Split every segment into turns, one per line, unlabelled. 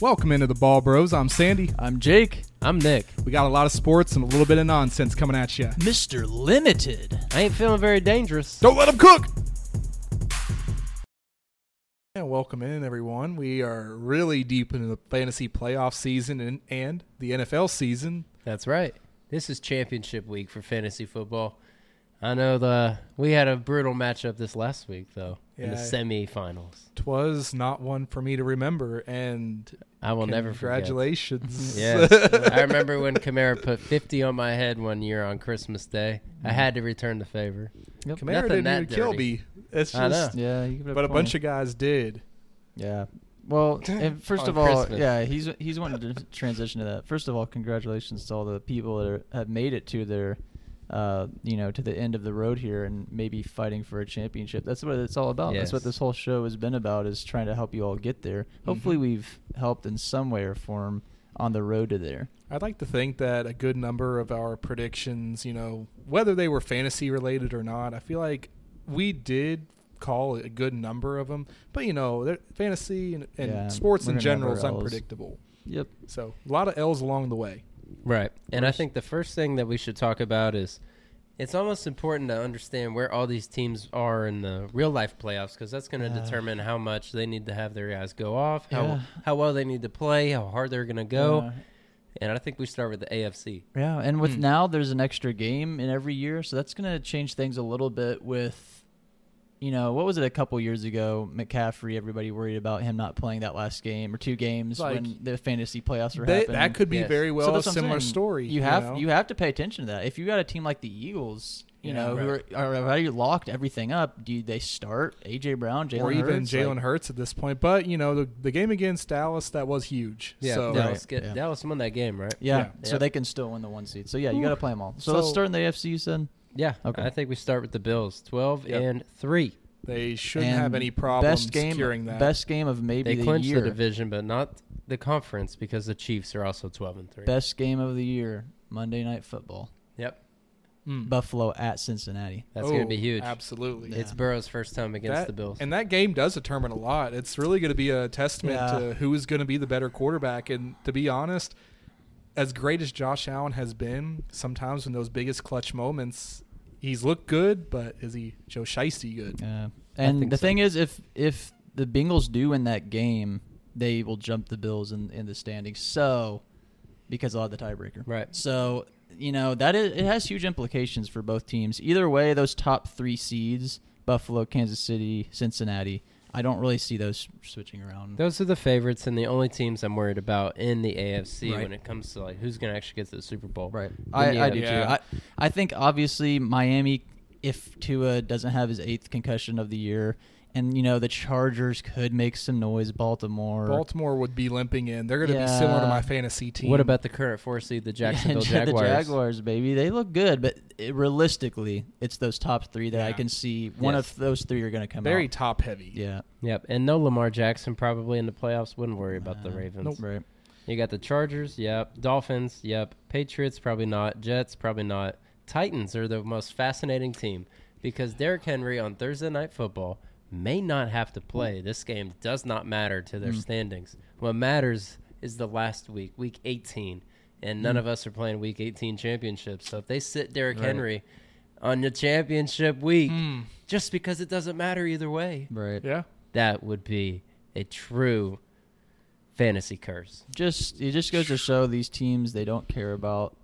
Welcome into the Ball Bros. I'm Sandy.
I'm Jake.
I'm Nick.
We got a lot of sports and a little bit of nonsense coming at you.
Mr. Limited.
I ain't feeling very dangerous.
Don't let them cook. And welcome in, everyone. We are really deep into the fantasy playoff season and, and the NFL season.
That's right. This is championship week for fantasy football. I know the we had a brutal matchup this last week though in the
Yeah.
semifinals.
Twas not one for me to remember, and
I will never forget.
congratulations.
Yes. I remember when Kamara put 50 on my head one year on Christmas Day. I had to return the favor.
Kamara
Nothing
didn't
that
even kill
dirty.
me. It's
I know.
just,
Yeah, you
but a bunch of guys did.
yeah. Well, and first
On
of all,
Christmas.
yeah, he's he's wanting to transition to that. First of all, congratulations to all the people that are, have made it to their, uh, you know, to the end of the road here and maybe fighting for a championship. That's what it's all about. That's what
Yes. Mm-hmm.
this whole show has been about is trying to help you all get there. Hopefully, we've helped in some way or form on the road to there.
I'd like to think that a good number of our predictions, you know, whether they were fantasy related or not, I feel like we did call a good number of them. But you know, they're- fantasy and, and
Yeah,
sports
we're
in
gonna have
general is
our Ls.
unpredictable.
Yep.
So a lot of L's along the way.
Right. And I think the first thing that we should talk about is it's almost important to understand where all these teams are in the real life playoffs because that's going to
Yeah.
determine how much they need to have their guys go off, how,
Yeah.
how well they need to play, how hard they're going to go.
Uh,
And I think we start with the AFC.
Yeah, and with
Hmm.
now there's an extra game in every year, so that's going to change things a little bit with you know, what was it a couple years ago, McCaffrey everybody worried about him not playing that last game or two games
Like,
when the fantasy playoffs were
They,
happening.
that could be
Yes.
very
So
well a
that's what I'm
similar
saying.
story.
You have you,
know?
have to pay attention to that. If you got a team like the Eagles, you
Yeah,
know, who are, are already locked everything up, do they start AJ Brown, Jalen
or even
Hurts?
Jalen
Like,
Hurts at this point. But you know, the, the game against Dallas that was huge. so
yeah.
Dallas, get,
Yeah.
Dallas won that game, right?
Yeah,
Yeah.
so
Yeah.
they can still win the one seed. So yeah, you got to play them all. So, let's
So-
start in the AFC. You said
Yeah.
Okay.
I think we start with the Bills, 12
Yep.
and 3.
they shouldn't
And
have any problem
best game,
securing that.
Best game of maybe
They
the
clinched
year.
the division, but not the conference because the Chiefs are also 12 and 3.
Best game of the year, Monday Night Football.
Yep.
Mm.
Buffalo at Cincinnati.
That's going
Oh,
to be huge.
Absolutely.
Yeah.
It's Burrow's first time against
That-
the Bills.
And that game does determine a lot. It's really going to be a testament
Yeah.
to who is going to be the better quarterback. And to be honest, as great as Josh Allen has been, sometimes in those biggest clutch moments, he's looked good, but is he Joe Shiesty good?
Uh,
think
and the
so.
thing is, if if the Bengals do win that game, they will jump the Bills in, in the standings. So, because they'll have the tiebreaker.
Right.
So, you know, that is, it has huge implications for both teams. Either way, those top three seeds, Buffalo, Kansas City, Cincinnati, I don't really see those switching around.
Those are the favorites and the only teams I'm worried about in the AFC
Right.
when it comes to like who's going to actually get to the Super Bowl.
Right.
In the
I, I do
AFC.
Yeah.
too. I, I think obviously Miami, if Tua doesn't have his eighth concussion of the year, and you know the Chargers could make some noise. Baltimore,
Baltimore would be limping in. They're going to be similar to
Yeah.
my fantasy team.
What about the current four seed, the
Yeah,
Jacksonville
the
Jaguars?
Jaguars, baby, they look good, but it, realistically, it's those top three that I
Yeah.
can see. One
Yes.
of those three are going to come
very
out.
top heavy?
yeah,
Yep. And no Lamar Jackson probably in the playoffs. Wouldn't worry about the
Uh,
Ravens.
nope.
right.
You got the Chargers, yep. Dolphins, yep. Patriots, probably not. Jets, probably not. Titans are the most fascinating team because Derrick Henry on Thursday Night Football may not have to play. This game does not matter to their standings. What matters is the last week, week 18, and none of us are playing week 18 championships. So if they sit Derrick Henry on the championship week,
Mm.
just because it doesn't matter either way,
Right.
Hmm. Yeah.
that would be a true fantasy curse.
just it just goes to show these teams they don't care about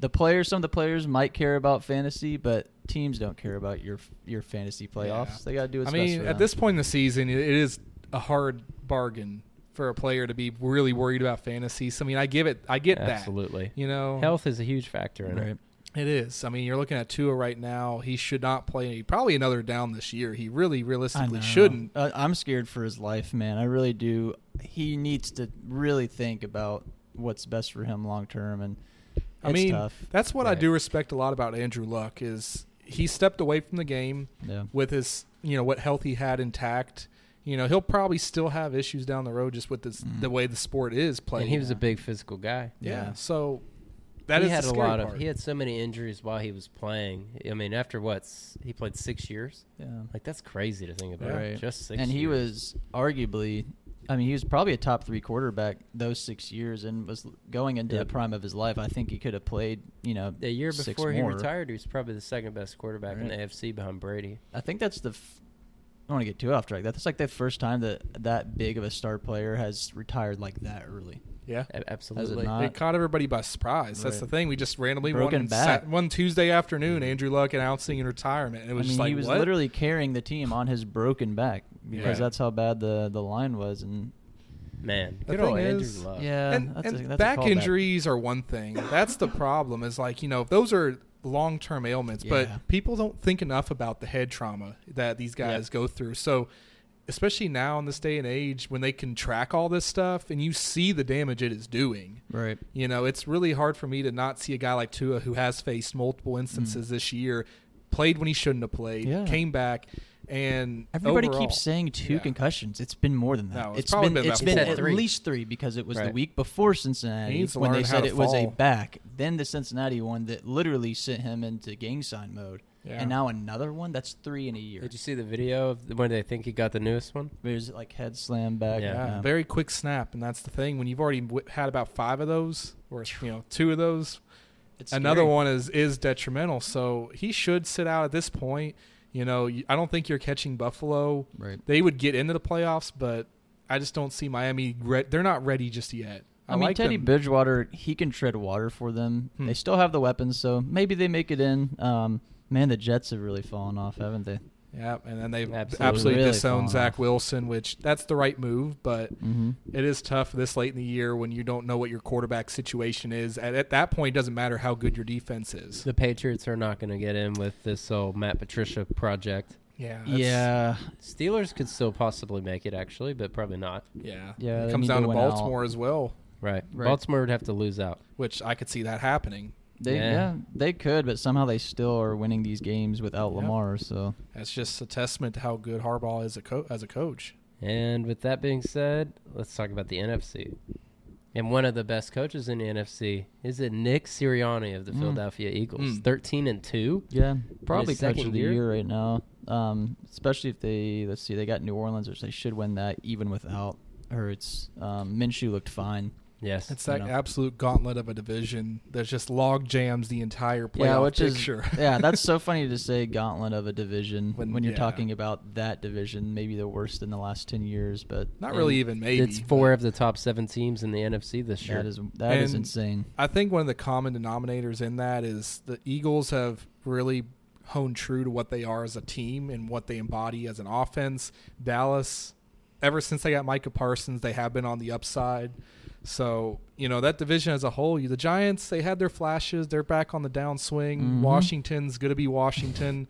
the players. Some of the players might care about fantasy, but teams don't care about your your fantasy playoffs.
Yeah.
They got to do what's
I
best
mean,
for
at
them.
this point in the season, it it is a hard bargain for a player to be really worried about fantasy. So, I mean, I give it. I get
Absolutely.
that. You know,
Health is a huge factor in
right.
it.
It is. I mean, you're looking at Tua right now. He should not play probably another down this year. He really realistically
know.
shouldn't.
I, I'm scared for his life, man. I really do. He needs to really think about what's best for him long term, and it's
I mean,
tough.
that's what I
Right.
do respect a lot about Andrew Luck is he stepped away from the game
Yeah.
with his, you know, what health he had intact. You know, he'll probably still have issues down the road just with this, the way the sport is played.
Mm. and he was a big physical guy.
yeah.
Yeah.
So that
he
is
had
the
a
scary
lot of
part.
he had so many injuries while he was playing. I mean, after what s- he played six years,
Yeah.
like that's crazy to think about.
Yeah.
Right.
Just six.
and he
years.
was arguably I mean, he was probably a top three quarterback those six years, and was going into
Yep.
the prime of his life. I think he could have played, you know,
The year
six
before he
more.
retired, he was probably the second best quarterback in the
Right.
AFC behind Brady.
I think that's the. F- I don't want to get too off track. That's like the first time that that big of a star player has retired like that early.
Yeah.
A- Absolutely.
not?
It caught everybody by surprise. That's
Right.
the thing. We just randomly
Broken
one,
back.
sat, one Tuesday afternoon, Andrew Luck announcing in retirement. And it was just
Mm-hmm. I mean,
like
he was
what?
literally carrying the team on his broken back because
Yeah.
that's how bad the, the line was. And
Man,
The
good old
thing
Andrew
is-
Luck.
yeah,
and,
that's
and
a, that's a
back
callback.
injuries are one thing. That's the problem. Is like you know if those are long term ailments,
Yeah.
but people don't think enough about the head trauma that these guys go through. So especially now in this day and age when they can track all this stuff and you see the damage it is doing.
right?
You know, it's really hard for me to not see a guy like Tua who has faced multiple instances this year, played when he shouldn't have played,
Mm. Yeah.
came back, and
Everybody
overall-
keeps saying two
Yeah.
concussions. It's been more than that.
No, it's probably
been,
been
it's
about
been
four.
at
Three.
least three because it was the
Right.
week before
He
Cincinnati
needs to
when they
learn how
said
to
it was a
fall.
back. Then the Cincinnati one that literally sent him into gang sign mode,
Yeah.
and now another one. That's three in a year.
Did you see the video of the- when they think he got the newest one?
There's like head slam back.
Yeah.
Yeah, very quick snap, and that's the thing. When you've already w- had about five of those, or you know, two of those,
It's
another
scary.
one is is detrimental. So he should sit out at this point. You know, y- I don't think you're catching Buffalo.
Right.
They would get into the playoffs, but I just don't see Miami. Re- they're not ready just yet.
I, mean,
like
Teddy
them.
Bridgewater, he can tread water for them.
Hmm.
They still have the weapons, so maybe they make it in. Um, man, the Jets have really fallen off, haven't they?
Yeah, and then they
Absolutely.
absolutely,
Really falling
disown
off.
Zach Wilson, which that's the right move, but
Mm-hmm.
it is tough this late in the year when you don't know what your quarterback situation is. At, at that point, it doesn't matter how good your defense is.
The Patriots are not going to get in with this old Matt Patricia project.
Yeah. that's-
Yeah,
Steelers could still possibly make it, actually, but probably not.
Yeah.
Yeah, they
It comes
need
down
to
to
win out.
Baltimore as well,
Right.
Right.
Baltimore would have to lose out.
which I could see that happening.
they yeah.
Yeah.
they could, but somehow they still are winning these games without
Yep.
Lamar. So
That's just a testament to how good Harbaugh is a co- as a coach.
And with that being said, let's talk about the NFC. And one of the best coaches in the NFC is it Nick Sirianni of the
Mm.
Philadelphia Eagles,
Mm.
thirteen and two.
yeah, probably
second
coach of the year?
year?
right now. Um, especially if they let's see, they got New Orleans, which they should win that even without Hurts. Um, Minshew looked fine.
Yes,
It's that
know.
absolute gauntlet of a division that just log jams the entire playoff
yeah, which
picture.
is yeah, that's so funny to say gauntlet of a division when,
When-
you're
yeah.
talking about that division, maybe the worst in the last ten years. But
Not really even maybe.
it's four of the top seven teams in the NFC this year.
That is that is
And-
insane.
I think one of the common denominators in that is the Eagles have really honed true to what they are as a team and what they embody as an offense. Dallas, ever since they got Micah Parsons, they have been on the upside. So, you know, that division as a whole, you- the Giants, they had their flashes. They're back on the downswing.
Mm-hmm.
Mhm.
Washington's going to be Washington.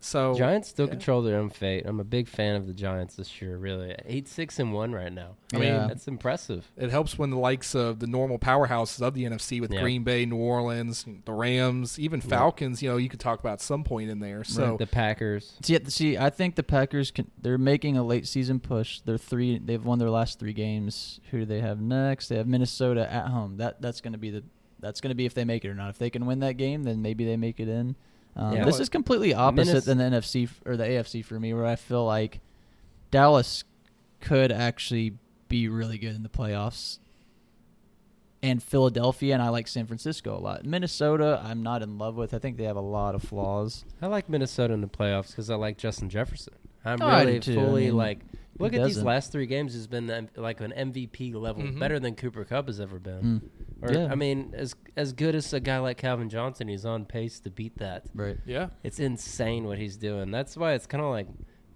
So,
Giants still
yeah.
control their own fate. I'm a big fan of the Giants this year. Really, eight six and one right now.
I mean,
Yeah.
That's impressive.
It helps when the likes of the normal powerhouses of the NFC with
Yeah.
Green Bay, New Orleans, the Rams, even Falcons, you know, you could talk about at some point in there. So
The Packers.
See, see, I think the Packers can. They're making a late season push. They're three. They've won their last three games. Who do they have next? They have Minnesota at home. That that's going to be the. That's going to be if they make it or not. If they can win that game, then maybe they make it in. Um,
Yeah.
This is completely opposite
Minnes-
than the NFC f- or the AFC for me, where I feel like Dallas could actually be really good in the playoffs. And Philadelphia, and I like San Francisco a lot. Minnesota, I'm not in love with. I think they have a lot of flaws.
I like Minnesota in the playoffs because I like Justin Jefferson. I'm
Oh, I
really
do too. I
fully
mean,
like.
who
Look at these
doesn't?
last three games. He's been um, like an MVP level,
Mhm.
better than Cooper Cup has ever
Mm.
been. Or
Yeah.
I mean, as as good as a guy like Calvin Johnson, he's on pace to beat that.
Right.
yeah.
It's insane what he's doing. That's why it's kind of like,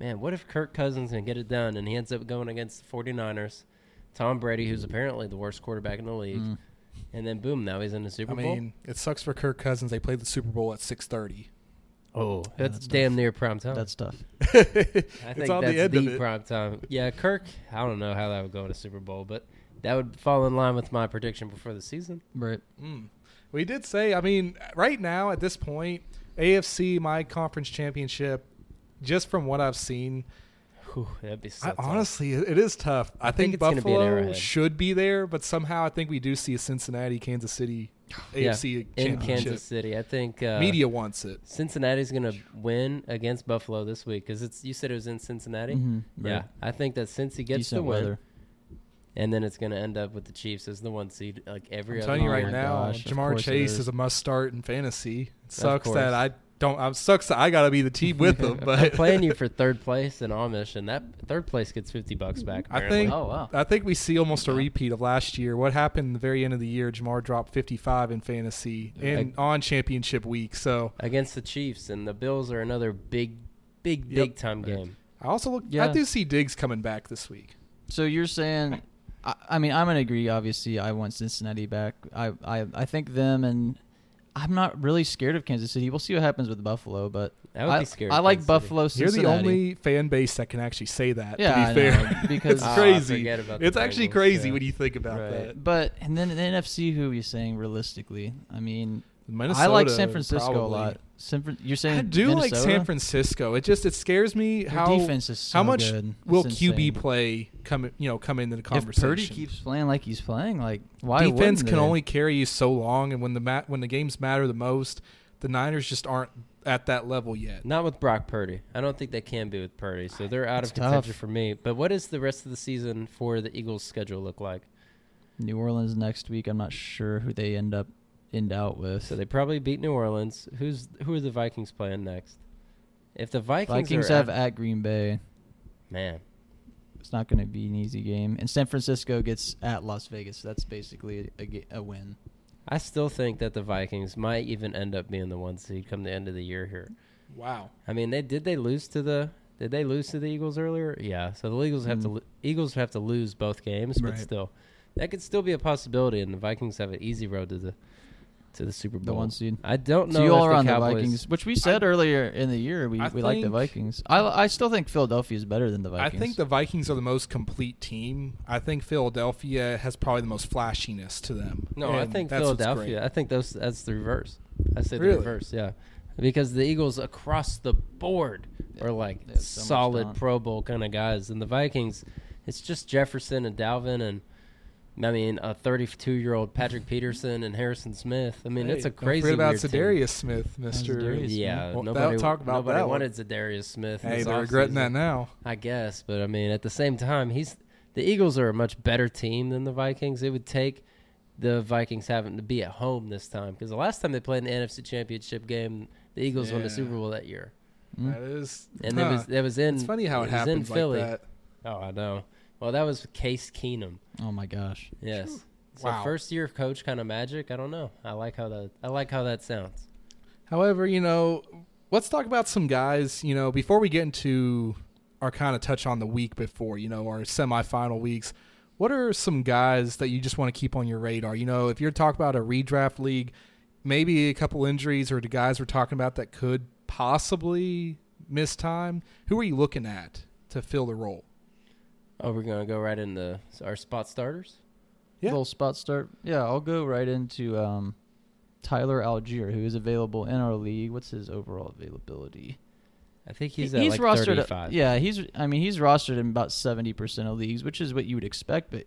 man, what if Kirk Cousins can get it done and he ends up going against the 49ers, Tom Brady, who's apparently the worst quarterback in the league,
Mm.
and then boom, now he's in the Super
I
Bowl.
mean, it sucks for Kirk Cousins. They played the Super Bowl at six thirty.
oh, that's,
that's
damn
tough.
near prime time.
That's tough.
I
I think that's the, prime time. Yeah, Kirk. I don't know how that would go to Super Bowl, but that would fall in line with my prediction before the season.
Right.
Mm. We did say. I mean, right now at this point, AFC my conference championship. Just from what I've seen,
Whew, that'd be so
I,
tough.
honestly, it it is tough. I,
think
think,
it's gonna be an
Buffalo
arrowhead.
should be there, but somehow I think we do see a Cincinnati, Kansas City,
Yeah,
AFC
in
championship.
Kansas City. I think uh,
Media wants it.
Cincinnati's gonna win against Buffalo this week because it's. You said it was in Cincinnati.
Mm-hmm.
Mhm,
Yeah,
right.
I think that since he gets
Decent
the win,
weather.
and then it's going to end up with the Chiefs as the one seed, like every
I'm
other
telling you
year.
right
Oh my
now,
gosh, of
Jamar
course it
Chase
is.
is. a must start in fantasy. It sucks
course.
that I don't. I sucks that I got to be the team with them.
I'm
But
playing you for third place in Amish, and that third place gets fifty bucks back.
I
apparently.
think-
Oh wow.
I think we see almost a repeat of last year. What happened at the very end of the year? Jamar dropped 55 in fantasy and on championship week. So
against the Chiefs, and the Bills are another big, big,
Yep.
big time game.
I also look. I
Yeah.
do see Diggs coming back this week.
So you're saying, I, I mean, I'm gonna agree. Obviously, I want Cincinnati back. I, I, I think them, and I'm not really scared of Kansas City. We'll see what happens with Buffalo, but
I would
I,
be scared
I
of
like
Kansas City.
Buffalo.
You're
Cincinnati.
the only fan base that can actually say that.
Yeah, I
to be
know,
fair,
because-
it's
Ah,
crazy.
forget about the
it's actually
Bengals,
crazy
yeah.
when you think about
Right.
that.
But and then the NFC, who are you saying realistically? I mean,
Minnesota,
I like San Francisco a
probably.
lot. San, Fran- you're saying
I do like San
Minnesota?
Francisco. It just it scares me
Their
how
defense is so
how much
good. It's
will
insane.
QB play come you know come into the
If
conversation.
Purdy keeps playing like he's playing, like why
defense
wouldn't
can
they?
only carry you so long, and when the mat when the games matter the most, the Niners just aren't at that level yet.
Not with Brock Purdy. I don't think they can be with Purdy, so they're out
It's
of contention
tough.
for me. But what does the rest of the season for the Eagles' schedule look like?
New Orleans next week. I'm not sure who they end up end out with.
So they probably beat New Orleans. Who's who are the Vikings playing next? If the Vikings,
Vikings
are
have
at,
at Green Bay.
man,
It's not going to be an easy game. And San Francisco gets at Las Vegas. So that's basically a, ga- a win.
I still think that the Vikings might even end up being the one seed come the end of the year here.
Wow,
I mean, they did they lose to the did they lose to the Eagles earlier? Yeah. So the Eagles have to
Mm.
lo- Eagles have to lose both games, but
Right.
still, that could still be a possibility. And the Vikings have an easy road to the to the Super
The
Bowl.
one seed.
I don't know.
So you all
if
are on the
Cowboys-
Vikings, which we said earlier in the year. We,
I
we like the
think-
Vikings. I, I still think Philadelphia is better than the
I
Vikings.
think the Vikings are the most complete team. I think Philadelphia has probably the most flashiness to them.
No, I
and
think
that's what's
Philadelphia. I think those that's the reverse. I say the
Really?
reverse. Yeah. Because the Eagles across the board
Yeah,
are like
they have so much
solid
talent.
Pro Bowl kind of guys, and the Vikings, it's just Jefferson and Dalvin and. I mean, a 32-year-old Patrick Peterson and Harrison Smith. I mean,
Hey,
it's a
don't
crazy.
Forget about
weird team.
Zadarius Smith, Mister.
Zadarius Smith.
Yeah,
Well,
nobody
that'll talk about
nobody
that one.
wanted Zadarius Smith. in
Hey,
this
they're regretting that
offseason.
now.
I guess, but I mean, at the same time, he's the Eagles are a much better team than the Vikings. It would take the Vikings having to be at home this time because the last time they played in the NFC Championship game, the Eagles won the
Yeah.
Super Bowl that year,
Mm.
That is,
and
huh.
it was it was in.
it's funny how it,
was in
happens
Philly.
like that.
Oh, I know. Well, that was Case Keenum.
oh my gosh.
Yes. So
Wow.
first year of coach kind of magic. I don't know. I like how that I like how that sounds.
However, you know, let's talk about some guys, you know, before we get into our kind of touch on the week before, you know, our semifinal weeks. What are some guys that you just want to keep on your radar? You know, if you're talking about a redraft league, maybe a couple injuries or the guys we're talking about that could possibly miss time, who are you looking at to fill the role?
Oh, we're gonna go right into our spot starters.
Yeah.
Little spot start. Yeah, I'll go right into um, Tyler Algier, who is available in our league. What's his overall availability?
I think he's
He-
at like
rostered. at-
35.
yeah, he's. I mean, he's rostered in about seventy percent of leagues, which is what you would expect. But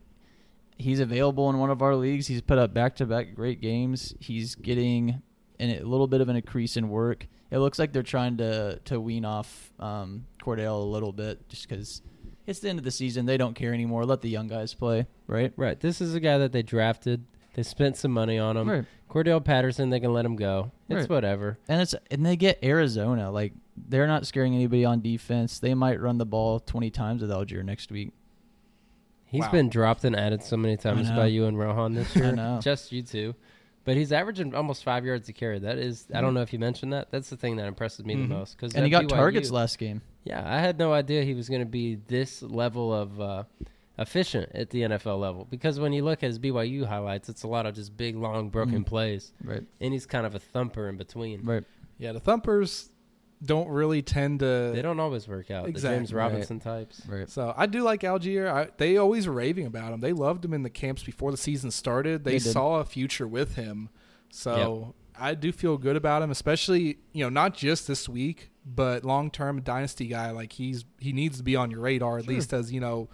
he's available in one of our leagues. He's put up back-to-back great games. He's getting an, a little bit of an increase in work. It looks like they're trying to to wean off um, Cordell a little bit, just because it's the end of the season. They don't care anymore. Let the young guys play, right?
Right. This is a guy that they drafted. They spent some money on him.
Right.
Cordell Patterson, they can let him go. It's
Right.
whatever.
And it's and they get Arizona. Like they're not scaring anybody on defense. They might run the ball twenty times with Algier next week.
He's
Wow.
been dropped and added so many times
know.
by you and Rohan this
I
year.
know.
Just you two. But he's averaging almost five yards a carry. That is- I don't know if you mentioned that. That's the thing that impresses me
Mhm.
the most. Cause
Mm-hmm. And he
at
got
BYU
targets last game.
Yeah, I had no idea he was going to be this level of uh, efficient at the NFL level. Because when you look at his BYU highlights, it's a lot of just big, long, broken
Mm.
plays.
Right.
And he's kind of a thumper in between.
Right.
Yeah, the thumpers don't really tend to
They don't always work out. The James
Exactly.
Right.
Robinson types.
Right.
So I do like Algier. I, they always were raving about him. They loved him in the camps before the season started. They,
They did.
saw a future with him. So I do feel good about him, especially you know not just this week, but long term dynasty guy. Like he's he needs to be on your radar at
Sure.
least as you know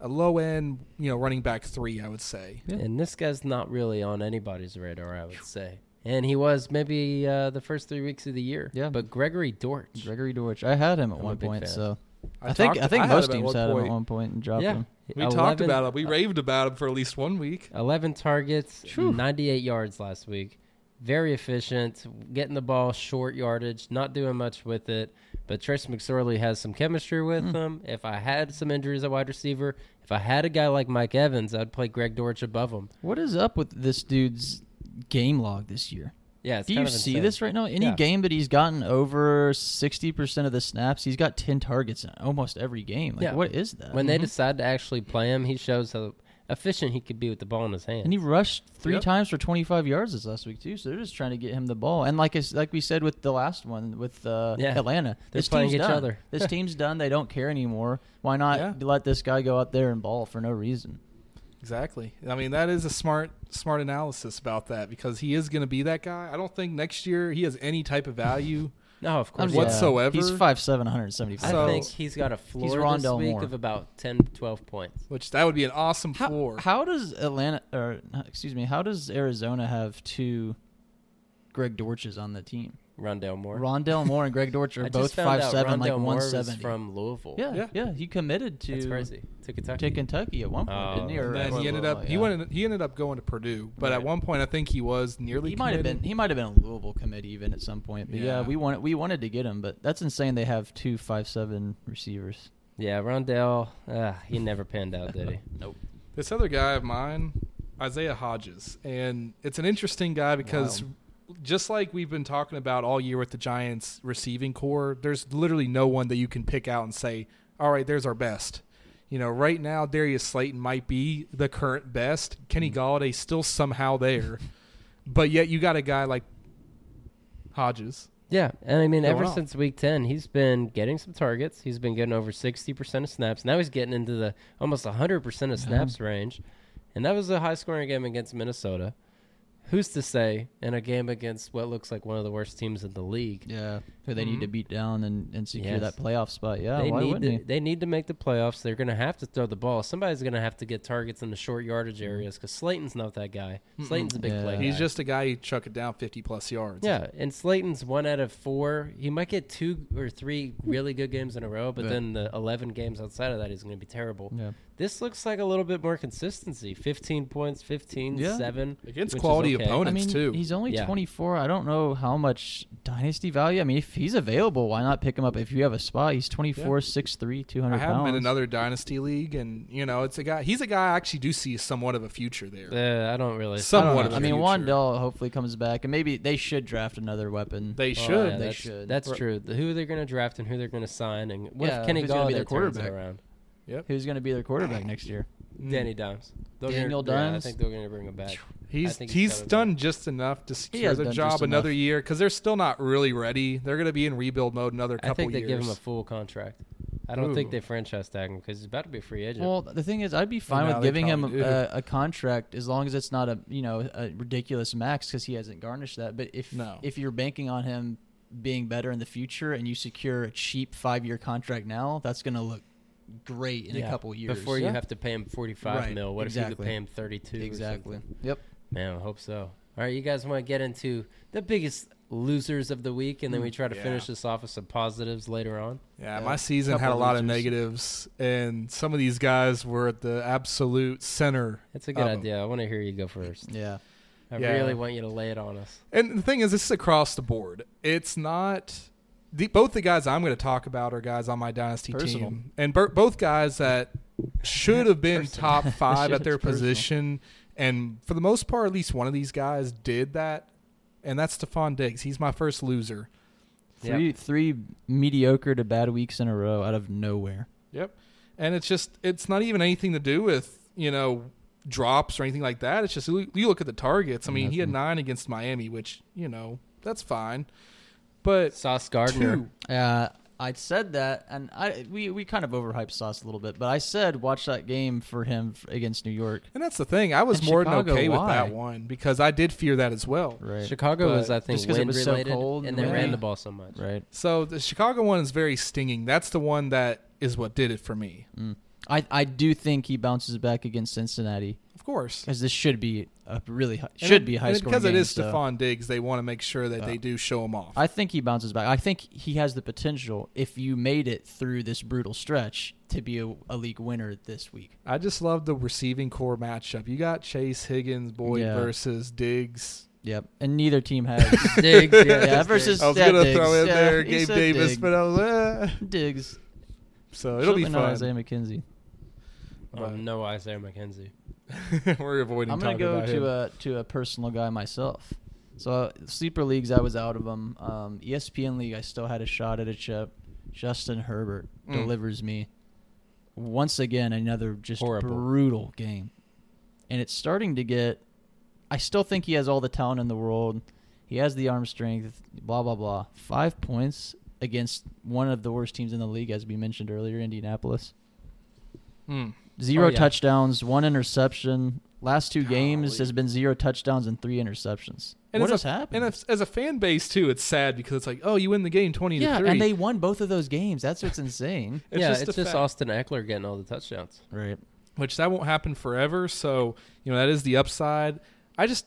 a low end you know running back three. I would say.
Yeah.
And this guy's not really on anybody's radar, I would say. And he was maybe uh, the first three weeks of the year.
Yeah.
But Gregory Dortch.
Gregory Dortch. I had him at
I'm a
one
big
point,
fan.
so I, think
talked-
I think
had
most
him at
teams
one
had him Uh, at
point.
one point and dropped
yeah,
him.
We
11
talked about it. We raved about him for at least one week.
11 targets, 98 yards last week. Very efficient, getting the ball short yardage, not doing much with it. But Trace McSorley has some chemistry with him. If I had some injuries at wide receiver, if I had a guy like Mike Evans, I'd play Greg Dortch above him.
What is up with this dude's game log this year?
Yeah, it's
Do
kind
you
of
see
insane.
this right now? Any
Yeah.
game that he's gotten over sixty percent of the snaps, he's got ten targets in almost every game. Like,
Yeah.
what is that?
When
Mm-hmm.
they decide to actually play him, he shows how efficient he could be with the ball in his hand.
and he rushed three
Yep.
times for twenty five yards this last week too. So they're just trying to get him the ball. And like I s like we said with the last one with uh,
Yeah.
Atlanta,
They're
this
playing
team's
each
done.
other.
this team's done. They don't care anymore. Why not
Yeah.
let this guy go out there and ball for no reason?
Exactly. I mean, that is a smart smart analysis about that because he is going to be that guy. I don't think next year he has any type of value.
no, Oh, of course.
Yeah.
not.
Whatsoever.
He's five seven hundred seventy
I
five.
So-
think he's got a floor this
Rondell
week
Moore.
of about 10, 12 points.
Which that would be an awesome
How,
floor.
how does Atlanta or not, excuse me, how does Arizona have two Greg Dortches on the team?
Rondell Moore.
Rondell Moore and Greg Dortch
I
are
just
both
found
five
out
seven, like
Rondell Moore
one
was
seventy.
from Louisville.
yeah, yeah,
Yeah.
He committed to
That's crazy. To Kentucky.
to Kentucky at one point,
Oh.
didn't he? Or
and then
or-
he ended up he
yeah.
went he ended up going to Purdue, but at
Right.
one point I think he was nearly
He might have
committed.
been he might have been a Louisville commit even at some point. But yeah,
Yeah.
we wanted we wanted to get him, but that's insane. They have two five seven receivers.
Yeah, Rondell, uh, he never panned out, did he?
Nope.
this other guy of mine, Isaiah Hodges, and it's an interesting guy because just like we've been talking about all year with the Giants receiving core, there's literally no one that you can pick out and say, "All right, there's our best." You know, right now Darius Slayton might be the current best. Kenny Galladay's still somehow there, but yet you got a guy like Hodges.
Yeah, and I mean,
Going
ever
off.
since week 10, he's been getting some targets. He's been getting over 60% of snaps. Now he's getting into the almost 100%
Uh-huh.
of snaps range. And that was a high scoring game against Minnesota. Who's to say in a game against what looks like one of the worst teams in the league?
Yeah, who they
Mm-hmm.
need to beat down and, and secure
Yes.
that playoff spot. Yeah,
they
why
need
wouldn't
to,
he?
they need to make the playoffs. They're going to have to throw the ball. Somebody's going to have to get targets in the short yardage areas because Slayton's not that guy. Slayton's a big
Mm-hmm. Yeah.
play.
He's
guy.
just a guy who chuck it down 50 plus yards.
yeah, and Slayton's one out of four. He might get two or three really good games in a row, but
But-
then the eleven games outside of that is going to be terrible.
Yeah.
This looks like a little bit more consistency. Fifteen points, 15,
Yeah.
seven
Against
which is
quality
okay.
opponents.
I mean,
too.
he's only
Yeah.
24. I don't know how much dynasty value. I mean, if he's available, why not pick him up? If you have a spot, he's 24, 6'3", 200
I have
pounds.
him in another dynasty league, and you know, it's a guy. He's a guy I actually do see somewhat of a future there.
Uh, I don't really.
I,
Some-
don't
somewhat
know.
of a
I mean,
future.
Wandell hopefully comes back, and maybe they should draft another weapon.
They
Well,
should.
Oh, yeah,
They
that's,
should.
That's
Right.
true. The- who they're going to draft and who they're going to sign, and what
Yeah,
if Kenny
who's gonna be
Galladay
their
turns it
quarterback?
around?
Who's going to be their quarterback next year?
Hmm. Mm.
Danny Dimes. They're gonna-
Daniel
yeah, I
Dimes?
think they're going to bring him back. I
He's
think
he's,
he's coming
done just enough to secure
has
the
done
job
just
another
enough.
year because they're still not really ready. They're going to be in rebuild mode another couple
I think they
years.
give him a full contract. I don't think
Ooh.
they franchise tag him because he's about to be a free agent.
Well, the thing is, I'd be fine
now
with
they
giving him
probably do.
a, a contract as long as it's not a you know a ridiculous max because he hasn't garnished that. But if
No.
if you're banking on him being better in the future and you secure a cheap five year contract now, that's going to look great in
Yeah.
a couple years.
Before
Yeah.
you have to pay him 45
Right,
mil. What if you could
exactly.
pay him 32? or
exactly.
something?
Yep.
Man, I hope so. All right, you guys want to get into the biggest losers of the week, and then
Mm.
we try to
yeah.
finish this off with some positives later on.
yeah,
Yeah,
my season
couple
had a lot of
losers.
negatives, and some of these guys were at the absolute center.
It's a good
Um,
of 'em.
idea. I want to hear you go first.
Yeah.
I
Yeah.
really want you to lay it on us.
And the thing is, this is across the board. It's not the both the guys I'm going to talk about are guys on my dynasty
Personal.
team, and b- both guys that should have been top five at their
It's personal.
position. And for the most part, at least one of these guys did that, and that's Stephon Diggs. He's my first loser.
Yeah.
Three three mediocre to bad weeks in a row out of nowhere.
Yep. And it's just it's not even anything to do with you know drops or anything like that. It's just you you look at the targets. I mean, he had nine against Miami, which you know that's fine, but
Sauce Gardner.
two.
Uh, I said that, and I we, we kind of overhyped Sauce a little bit, but I said watch that game for him f- against New York.
And that's the thing. I was
And
more
Chicago,
than okay with
why?
that one because I did fear that as well.
Right.
Chicago
But
was, I think,
just 'cause it
wind
was so
related,
cold and
and they ran
rainy.
the ball so much.
Right.
So the Chicago one is very stinging. That's the one that is what did it for me.
I I do think he bounces back against Cincinnati
Of course.
because this should be a really high,
And
should
it-
be a high
and
scoring
Because it
game,
is
so.
Stephon Diggs, they want to make sure that
Uh,
they do show him off.
I think he bounces back. I think he has the potential if you made it through this brutal stretch to be a, a league winner this week.
I just love the receiving core matchup. You got Chase Higgins, Boyd
Yeah.
versus Diggs.
Yep. And neither team has
Diggs, yeah,
Yeah,
just
versus-
Diggs.
I was
Yeah,
gonna
Diggs.
throw in
Yeah,
there
he
Gabe
said
Davis,
Diggs.
but I was eh.
Diggs.
so it'll be
Certainly not
fun.
Isaiah McKenzie.
Um, no Isaiah McKenzie.
but Oh. We're avoiding.
I'm gonna
talking
go
about him.
to uh, a to a personal guy myself. So uh, sleeper leagues, I was out of them. Um, ESPN league, I still had a shot at a chip. Justin Herbert
Mm.
delivers me once again another just
Horrible.
brutal game, and it's starting to get. I still think he has all the talent in the world. He has the arm strength. Blah blah blah. Five points against one of the worst teams in the league, as we mentioned earlier, Indianapolis.
Hmm.
Zero
Oh, yeah.
touchdowns, one interception. Last two games
Golly.
has been zero touchdowns and three interceptions.
And
what
as
has
a,
happened?
And as, as a fan base too, it's sad because it's like, oh, you win the game twenty
yeah,
to three.
and they won both of those games. That's what's insane.
it's
yeah,
just
it's
a
just
fact.
Austin Eckler getting all the touchdowns.
Right.
which that won't happen forever. So you know that is the upside. I just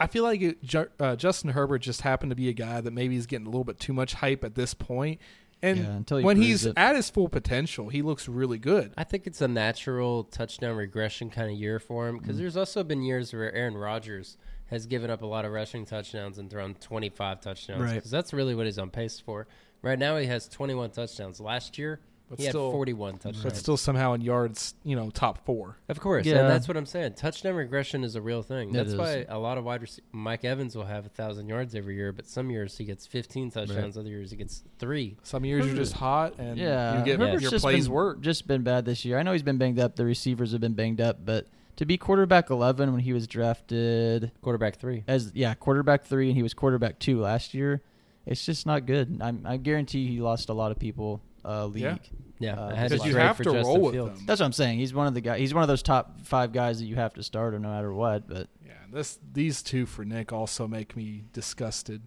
I feel like it, Ju- uh, Justin Herbert just happened to be a guy that maybe is getting a little bit too much hype at this point. And
Yeah, until he
when
proves
he's
it.
at his full potential, he looks really good.
I think it's a natural touchdown regression kind of year for him because there's also been years where Aaron Rodgers has given up a lot of rushing touchdowns and thrown 25 touchdowns
Right.
because that's really what he's on pace for. Right now, he has 21 touchdowns. Last year,
But
he
still-
had 41 touchdowns.
But still somehow in yards, you know, top four.
Of course,
Yeah.
and that's what I'm saying. Touchdown regression is a real thing.
It
That's
is.
why a lot of wide receivers. Mike Evans will have a thousand yards every year, but some years he gets 15 touchdowns, other years he gets three.
Some years you're just hot and
Yeah.
you get
Herbert's
your
just
plays
been,
work.
Just been bad this year. I know he's been banged up. The receivers have been banged up, but to be quarterback 11 when he was drafted
Quarterback three.
as yeah quarterback three and he was quarterback two last year, it's just not good. I'm, I guarantee he lost a lot of people. Uh, league.
Yeah.
Yeah,
Uh,
I had
Because
it
you
straight
have
for
to
Justin
roll with
Fields.
them.
That's what I'm saying. He's one of the guy. He's one of those top five guys that you have to start him no matter what. But
Yeah, this these two for Nick also make me disgusted.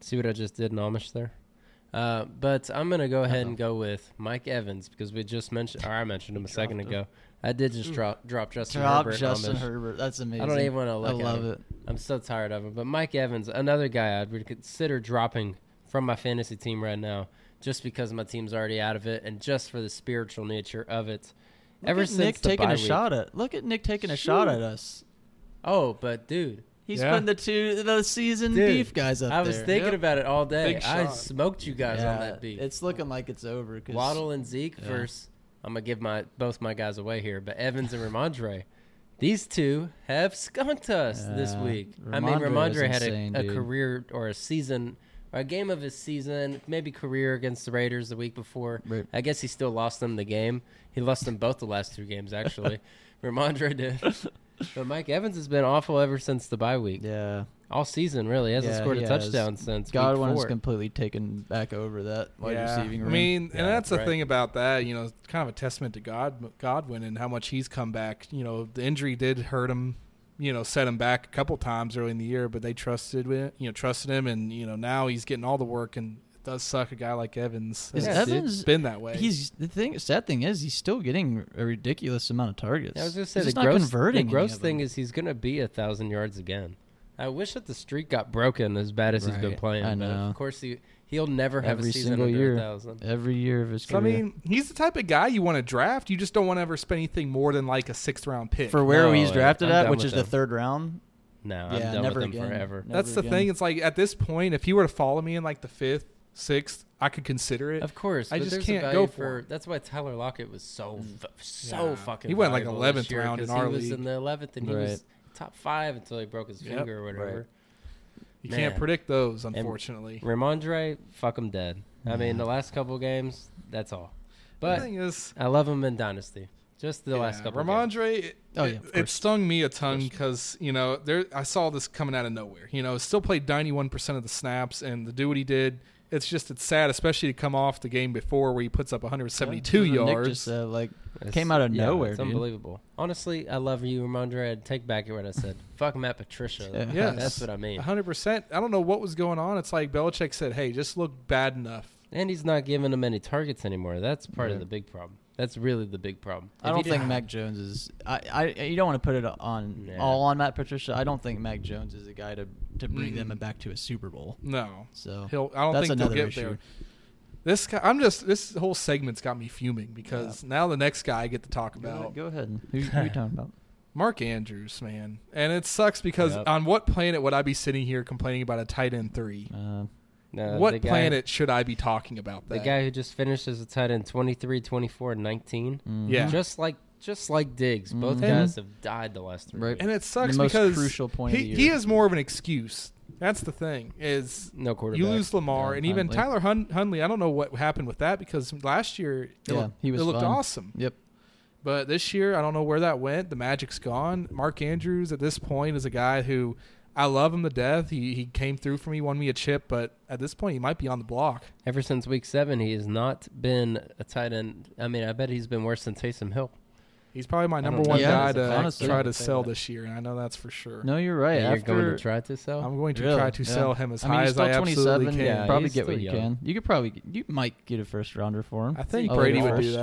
See what I just did in Amish there? Uh, but I'm going to go ahead and go with Mike Evans because we just mentioned, or I mentioned him a second
Uh-huh. Dropped
ago. I did just drop, drop Justin
drop
Herbert. in
Justin
Amish.
Herbert. That's amazing.
I don't even want to look
I
at
love
him.
it.
I'm so tired of him. But Mike Evans, another guy I would consider dropping from my fantasy team right now just because my team's already out of it and just for the spiritual nature of it.
Look
Ever
at
since
Nick
the
taking
bye
a
week-
shot at look at Nick taking a shot at us.
Oh, but dude,
He's
Yeah.
putting the two the seasoned
Dude,
beef guys up
I was
there.
thinking about it all day.
Big
I
shot.
smoked you guys on
Yeah,
that beat.
It's looking like it's over. 'cause-
Waddle and Zeke
Yeah.
versus I'm gonna give my both my guys away here, but Evans and Ramondre. These two have skunked us this
Yeah.
week. I mean,
Ramondre is
Ramondre had
insane,
a, a
dude.
career or a season, or a game of his season, maybe career against the Raiders the week before.
Right.
I guess he still lost them the game. He lost them both the last two games, actually. Ramondre did. But Mike Evans has been awful ever since the bye week.
Yeah,
All season, really. Hasn't
Yeah,
scored
he
a
has.
touchdown since
Godwin
week
has
four.
completely taken back over that wide receiving room.
I mean,
Yeah,
and that's the
right.
thing about that. You know, it's kind of a testament to God Godwin and how much he's come back. You know, the injury did hurt him. You know, set him back a couple times early in the year, but they trusted it. You know, trusted him, and you know now he's getting all the work. And it does suck a guy like Evans.
Is
It's-
Evans-
it's been that way.
He's the thing. Sad thing is, he's still getting a ridiculous amount of targets.
I was gonna say
he's
the
just not
gross,
converting.
The gross thing is he's gonna be a thousand yards again. I wish that the streak got broken as bad as he's been
Right.
playing.
I
but
know.
of course, he he'll never have
Every
a season
single
under
year.
a thousand.
every year of his
So, I
career.
mean, he's the type of guy you want to draft. You just don't want to ever spend anything more than like a sixth round pick.
for where
No,
he's drafted
I'm
at,
done
which
with
is the
him.
third round.
No,
yeah,
I'm done
never
with him
again.
forever.
No.
That's the
never again.
thing. It's like at this point, if he were to follow me in like the fifth, sixth, I could consider it.
Of course,
I
but
just
there's a
can't
value
go for
for.
him.
That's why Tyler Lockett was so
Mm.
f- so
Yeah.
fucking.
He went like
valuable
11th
this year
round in
'cause
our
He was
league.
in the eleventh, and he
Right.
was top five until he broke his
Yep.
finger or whatever.
You
Man.
can't predict those, unfortunately.
Ramondre, fuck him dead. I mean,
Yeah.
the last couple games, that's all.
the
But
thing is,
I love him in Dynasty. Just the last
Yeah,
couple. games.
Ramondre, it,
Oh,
it-
yeah, of
it,
course.
stung me a ton because you know there I saw this coming out of nowhere. You know, still played ninety one percent of the snaps, and to do what he did, it's just it's sad, especially to come off the game before where he puts up one hundred seventy two
Nick
yards.
just uh, like
It's-
came out of
yeah,
nowhere.
It's
dude.
unbelievable. Honestly, I love you, Ramondre. I'd take back what I said. Fuck Matt Patricia.
Yeah.
Yes.
That's what I mean.
hundred percent. I don't know what was going on. It's like Belichick said, "Hey, just look bad enough."
And he's not giving him any targets anymore. That's part
Yeah.
of the big problem. That's really the big problem.
I
If
don't
you
think Mac Jones is. I, I you don't want to put it on
Nah.
all on Matt Patricia. I don't think Mac Jones is the guy to to bring
Mm-mm.
them back to a Super Bowl.
No,
So
Mm. he'll. I don't
that's
think they'll
another
get
issue.
there. This guy, I'm just. This whole segment's got me fuming because now the next guy I get to talk
Go ahead-
about
Go ahead. Who, who are you talking about?
Mark Andrews, man, and it sucks because
Yep.
on what planet would I be sitting here complaining about a tight end three?
Uh,
No,
what
the guy-
planet should I be talking about
The
that?
guy who just finished as a tight end 23, 24, and 19.
mm,
Yeah.
Just like just like Diggs, both
Mhm.
guys have died the last three.
Right.
weeks.
and it sucks
most
because
crucial point of
he,
the
he
year.
is more of an excuse. That's the thing is
No quarterback.
you lose Lamar
Yeah,
and even
Hundley.
Tyler Hun- Hunley. I don't know what happened with that because last year it,
Yeah,
looked,
he was
it looked
fun.
awesome.
Yep.
But this year, I don't know where that went. The magic's gone. Mark Andrews at this point is a guy who I love him to death. He he came through for me, won me a chip, but at this point, he might be on the block.
Ever since week seven, he has not been a tight end. I mean, I bet he's been worse than Taysom Hill.
He's probably my
I
number
don't
one
know. Yeah,
guy to
honestly,
try
I'd
to
say
sell
that.
this year, and I know that's for sure.
No, you're right.
Yeah, you're
After
going to try to sell.
I'm going to
Really?
try to
Yeah.
sell him as
I mean,
high
he's
as I
still
absolably
27.
can.
Yeah,
probably
he's
get what
still
you
young.
can. You could probably get- you might get a first rounder for him.
I think
Oh,
Brady
yeah.
would do
First.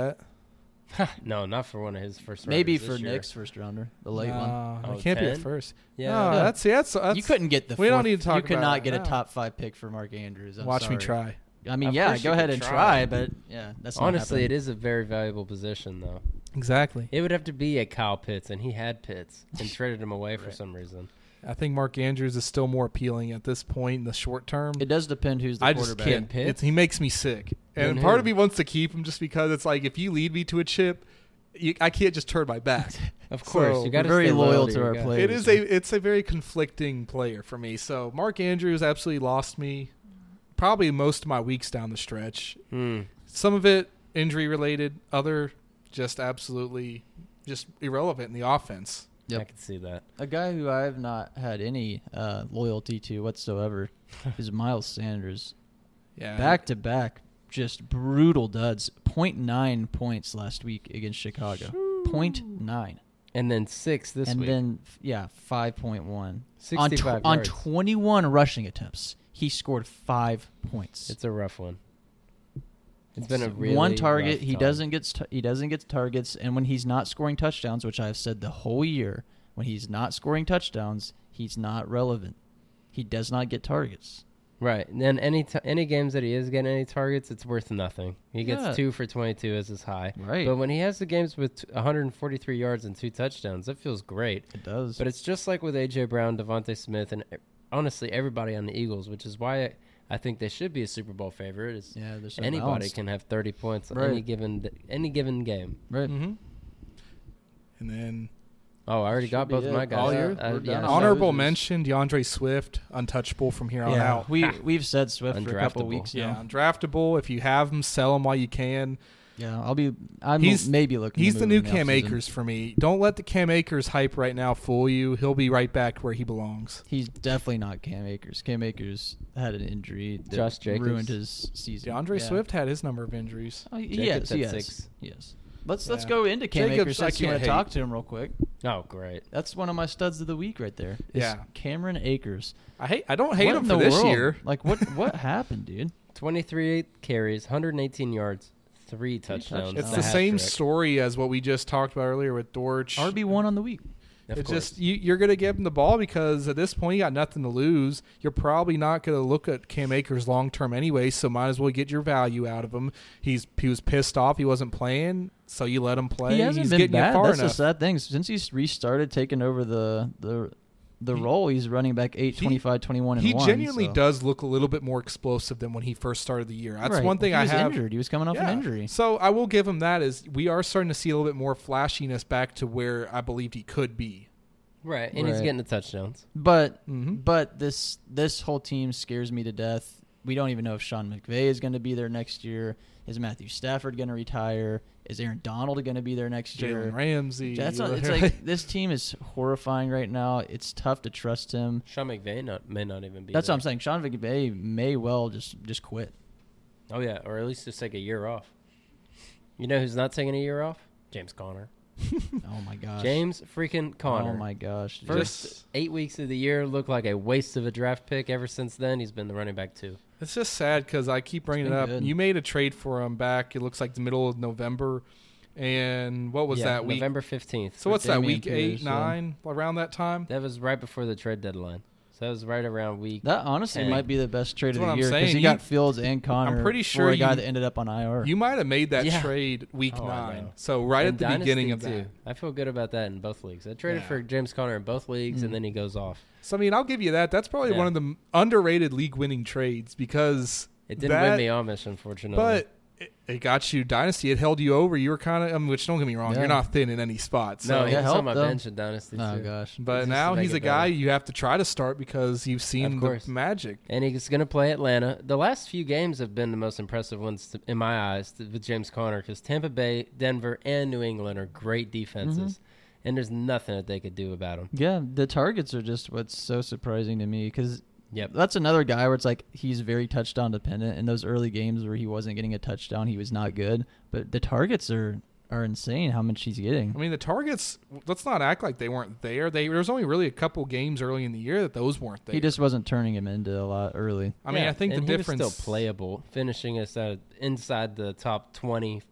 that.
no, not for one of his first.
Maybe
rounders
for
this year.
Nick's first rounder, the late one.
Nah,
Oh,
it can't be at
10?
first.
Yeah.
No, that's, yeah, that's, that's
you couldn't get the.
we don't
fourth-
need to talk
You could
about
not
it.
get
No.
a top five pick for Mark Andrews. I'm
watch me
sorry.
try.
I mean,
Of
yeah,
course
go
you
ahead
could
and
try.
try, but yeah, that's not
Honestly, it
happening.
is a very valuable position, though.
Exactly.
It would have to be a Kyle Pitts, and he had Pitts and traded him away for some reason.
I think Mark Andrews is still more appealing at this point in the short term.
It does depend who's the
I just
quarterback.
can't.
Pitts?
It's, he makes me sick, and
Then
part
who?
of me wants to keep him just because it's like if you lead me to a chip, you, I can't just turn my back.
Of course,
So-
you got to
We're very
stay
loyal
to
to
your
our
guy.
players.
it is a it's a very conflicting player for me. So Mark Andrews absolutely lost me, probably most of my weeks down the stretch.
Hmm.
Some of it injury related, other just absolutely just irrelevant in the offense.
Yep.
I can see that.
A guy who I've not had any uh, loyalty to whatsoever is Miles Sanders.
Yeah,
Back to back, just brutal duds. 0.9 points last week against Chicago. 0.9.
And then six this
and
week.
then, f- yeah, 5.1. On,
65 yards.
on 21 rushing attempts, he scored five points.
it's a rough one. It's been a
It's
really
one target.
rough
He
time.
doesn't get t- he doesn't get targets, and when he's not scoring touchdowns, which I've said the whole year, when he's not scoring touchdowns, he's not relevant. He does not get targets.
Right. And then any t- any games that he is getting any targets, it's worth nothing. He gets
Yeah.
two for 22 as his high.
Right.
But when he has the games with t- 143 yards and two touchdowns, that feels great.
It does.
But it's just like with AJ Brown, Devontae Smith, and eh, honestly everybody on the Eagles, which is why I, I think they should be a Super Bowl favorite. Is
yeah, there's so
anybody
balanced.
can have 30 points
Right.
any given d- any given game.
right.
hmm And then
Oh, I already
Should
got
be
both
it.
my guys.
All
Uh,
yours?
uh,
We're
yeah,
done.
so-
honorable
losers.
mention DeAndre Swift, untouchable from here on
Yeah,
out.
we we've said Swift for a couple
Undraftable.
weeks
Yeah,
now.
undraftable. If you have him, sell him while you can.
Yeah, I'll be. I'm
He's-
maybe looking. to
He's the
move
new
him in
Cam
offseason.
Akers for me. Don't let the Cam Akers hype right now fool you. He'll be right back where he belongs.
He's definitely not Cam Akers. Cam Akers had an injury that
Josh Jacobs.
ruined his season.
DeAndre
Yeah.
Swift had his number of injuries.
Oh, yes,
Jacobs at
yes,
six.
yes. Let's let's
Yeah.
go into Cam
Jacobs,
Akers.
I
Since you
can't
want
hate.
to talk to him real quick.
Oh, great.
That's one of my studs of the week right there. is
Yeah.
Cameron Akers.
I hate. I don't hate
What
him
in
for
the
this
world?
year.
Like what what happened, dude?
23 carries, 118 yards, three touchdowns.
touchdowns.
It's
No.
the
Hat
same story as what we just talked about earlier with Dorch.
RB one on the week.
It's just you, you're going to give him the ball because at this point you got nothing to lose. You're probably not going to look at Cam Akers long term anyway, so might as well get your value out of him. He's he was pissed off he wasn't playing, so you let him play.
he hasn't
He's
been
getting you
bad.
far
That's the
enough.
sad thing. Since he's restarted taking over the the the
He-
role, he's running back 8,
he-
25, 21, and
he
one,
genuinely
so.
does look a little bit more explosive than when he first started the year. That's
Right.
one thing
he
I
was
have.
Injured. He was coming off
Yeah.
an injury.
So I will give him that is we are starting to see a little bit more flashiness back to where I believed he could be.
right, and he's
Right.
getting the touchdowns.
But
Mhm.
but this this whole team scares me to death. We don't even know if Sean McVay is going to be there next year. Is Matthew Stafford going to retire? Is Aaron Donald going to be there next year?
Jalen Ramsey.
That's not, it's like this team is horrifying right now. It's tough to trust him.
Sean McVay not, may not even be.
That's
there.
what I'm saying. Sean McVay may well just just quit.
Oh yeah, or at least just take a year off. You know who's not taking a year off? James Conner.
Oh my gosh.
James freaking Conner.
Oh my gosh. dude.
First
Just-
eight weeks of the year looked like a waste of a draft pick. Ever since then, he's been the running back too.
It's just sad because I keep bringing it
been
up.
good.
You made a trade for him back. It looks like the middle of November, and what was
Yeah,
that week?
November fifteenth.
so what's that
Damian
week eight,
Pierce, yeah.
nine around that time?
That was right before the trade deadline. So that was right around week.
That honestly
Hey.
might be the best trade
That's
of
what
the
I'm
year
saying.
because he
You-
got Fields and Connor.
pretty
for
sure
a guy
you-
that ended up on IR.
You might have made that
Yeah.
trade week
Oh, I
nine.
know.
So right
In
at the beginning of
Dynasty,
that.
too. I feel good about that in both leagues. I traded
Yeah.
for James Conner in both leagues,
Mm.
and then he goes off.
So I mean, I'll give you that. That's probably
Yeah.
one of the underrated league-winning trades because
It didn't
that,
win me Amish, unfortunately.
but it, it got you dynasty. It held you over. You were kind of, I mean, which don't get me wrong,
Yeah.
you're not thin in any spot. So,
no, he
Yeah,
was
help,
on my
though.
bench in Dynasty
oh
too.
gosh,
but
Just to
now
make
he's
it
a guy
better.
you have to try to start because you've seen
Of
the
course.
magic.
And he's going to play Atlanta. The last few games have been the most impressive ones to, in my eyes to, with James Conner because Tampa Bay, Denver, and New England are great defenses,
Mm-hmm.
and there's nothing that they could do about them.
yeah, the targets are just what's so surprising to me because
Yep.
that's another guy where it's like he's very touchdown dependent. In those early games where he wasn't getting a touchdown, he was not good. But the targets are are insane. How much he's
I
getting?
mean, the targets. Let's not act like they weren't there. They there was only really a couple games early in the year that those weren't there.
He just wasn't turning him into a lot early.
I mean,
Yeah,
I think
and
the
he
difference.
was still playable, finishing us at, inside the top twenty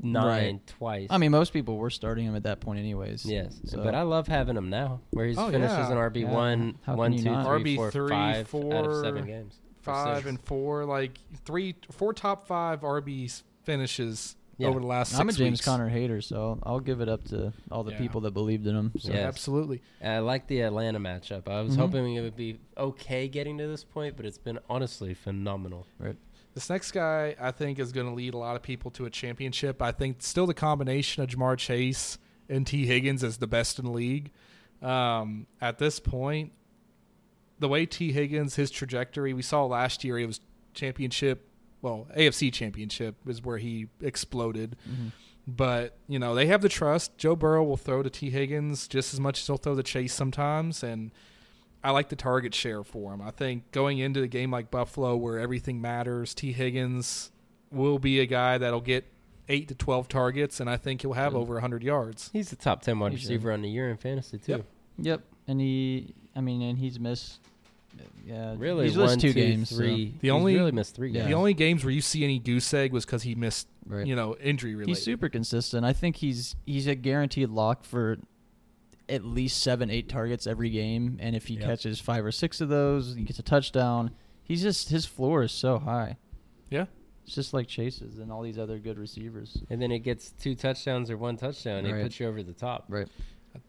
nine
Right.
twice.
I mean, most people were starting him at that point, anyways.
yes,
So-
but I love having him now, where he
Oh,
finishes
yeah.
an RB one,
Yeah. How
one,
can you
two,
not?
three, four,
RB3,
five out of
four,
seven games, or
five
six.
and four, like three, four top five RB finishes
Yeah.
over the last. Six
I'm a James
weeks.
Conner hater, so I'll give it up to all the
Yeah.
people that believed in him. So.
Yeah,
Yes.
absolutely.
I like the Atlanta matchup. I was
Mhm.
hoping it would be okay getting to this point, but it's been honestly phenomenal.
This next guy, I think, is going to lead a lot of people to a championship. I think still the combination of Jamar Chase and T. Higgins is the best in the league. Um, at this point, the way T. Higgins, his trajectory, we saw last year, it was championship, well, AFC championship is where he exploded.
Mhm.
But, you know, they have the trust. Joe Burrow will throw to T. Higgins just as much as he'll throw to Chase sometimes. And I like the target share for him. I think going into a game like Buffalo where everything matters, T. Higgins will be a guy that'll get eight to 12 targets, and I think he'll have
Good.
over 100 yards.
He's the top ten wide
He's a-
receiver on the year in fantasy too.
Yep.
Yep, and he, I mean, and he's missed. Yeah,
Really,
he's
one,
missed two,
two,
games. so-
three.
The
He's
only-
really missed three.
Yeah.
The
games.
only games where you see any goose egg was because he missed,
right.
you know, injury related.
he's super consistent. I think he's he's a guaranteed lock for at least seven, eight targets every game, and if he
Yep.
catches five or six of those, he gets a touchdown. He's just his floor is so high.
Yeah.
It's just like Chase's and all these other good receivers.
And then it gets two touchdowns or one touchdown. He
Right.
puts you over the top.
Right.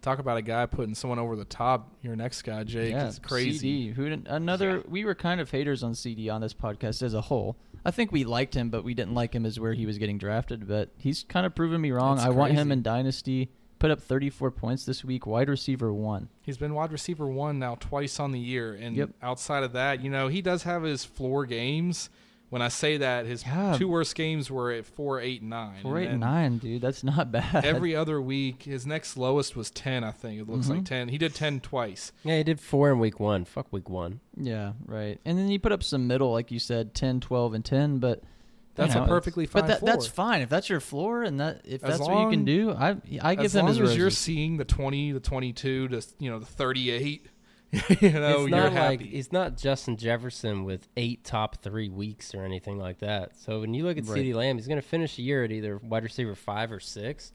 Talk about a guy putting someone over the top. Your next guy, Jake,
yeah,
is crazy.
CD, who didn't, another we were kind of haters on CD on this podcast as a whole. I think we liked him, but we didn't like him as where he was getting drafted. But he's kind of proven me wrong.
That's
I want him
crazy.
in dynasty. Put up 34 points this week. Wide receiver one.
He's been wide receiver one now twice on the year, and
Yep.
outside of that, you know, he does have his floor games. When I say that, his
Yeah.
two worst games were at four, eight, and nine.
Four,
And
eight, and
then
nine, dude. That's not bad.
Every other week, his next lowest was ten. I think it looks like
Mhm.
ten. He did ten twice.
Yeah, he did four in week one. Fuck week one.
yeah, right. And then you put up some middle, like you said, 10, 12, and 10. But
That's
you
a
know,
perfectly
it's-
fine.
But that, that's
floor.
fine if that's your floor and that if
As
that's what you
long-
can do. I I give
as
him
long
his
as you're
roses.
seeing the twenty, the twenty-two, to you know the thirty-eight. you know, you're
it's not like
happy.
he's not Justin Jefferson with eight top three weeks or anything like that. So when you look at
Right.
CeeDee Lamb, he's going to finish the year at either wide receiver five or six.